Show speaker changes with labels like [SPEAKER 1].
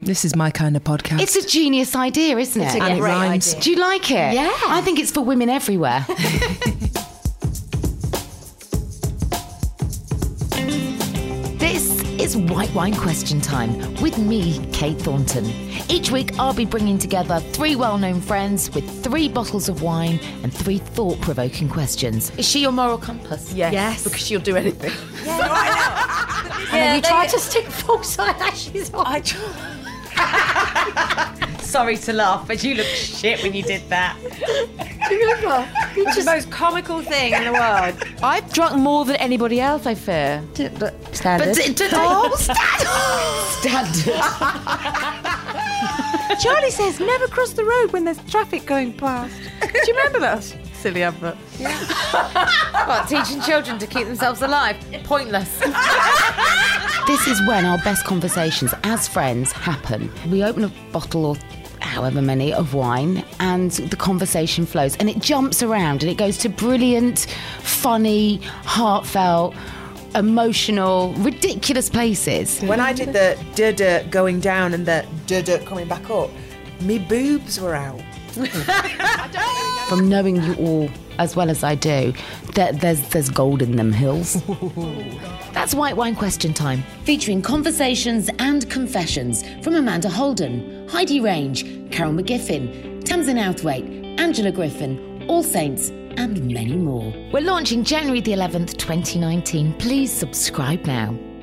[SPEAKER 1] This is my kind of podcast.
[SPEAKER 2] It's a genius idea, isn't it?
[SPEAKER 3] It's a
[SPEAKER 1] And it
[SPEAKER 3] great
[SPEAKER 1] rhymes.
[SPEAKER 3] idea.
[SPEAKER 2] Do you like it?
[SPEAKER 3] Yeah.
[SPEAKER 2] I think it's for women everywhere. This is White Wine Question Time with me, Kate Thornton. Each week, I'll be bringing together three well known friends with three bottles of wine and three thought provoking questions. Is she your moral compass?
[SPEAKER 3] Yes.
[SPEAKER 4] because
[SPEAKER 3] Because
[SPEAKER 4] she'll do anything.
[SPEAKER 3] Yeah,
[SPEAKER 5] you
[SPEAKER 3] they-
[SPEAKER 5] tried to stick false eyelashes on.
[SPEAKER 4] I try.
[SPEAKER 3] Sorry to laugh, but you look shit when you did that.
[SPEAKER 4] It's the most comical thing in the world. I've drunk more than anybody else. I fear.
[SPEAKER 5] Standard.
[SPEAKER 4] Charlie says never cross the road when there's traffic going past. Do you remember that silly advert?
[SPEAKER 3] What, Oh, teaching children to keep themselves alive? Pointless.
[SPEAKER 2] This is when our best conversations as friends happen. We open a bottle or however many of wine and the conversation flows and it jumps around and it goes to brilliant, funny, heartfelt, emotional, ridiculous places.
[SPEAKER 5] When I did the duh duh going down and the duh duh coming back up, me boobs were out.
[SPEAKER 2] From knowing you all as well as I do, that there's there's gold in them hills. That's White Wine Question Time, featuring conversations and confessions from Amanda Holden, Heidi Range, Carol McGiffin, Tamsin Outhwaite, Angela Griffin, All Saints, and many more. We're launching January the 11th, 2019. Please subscribe now.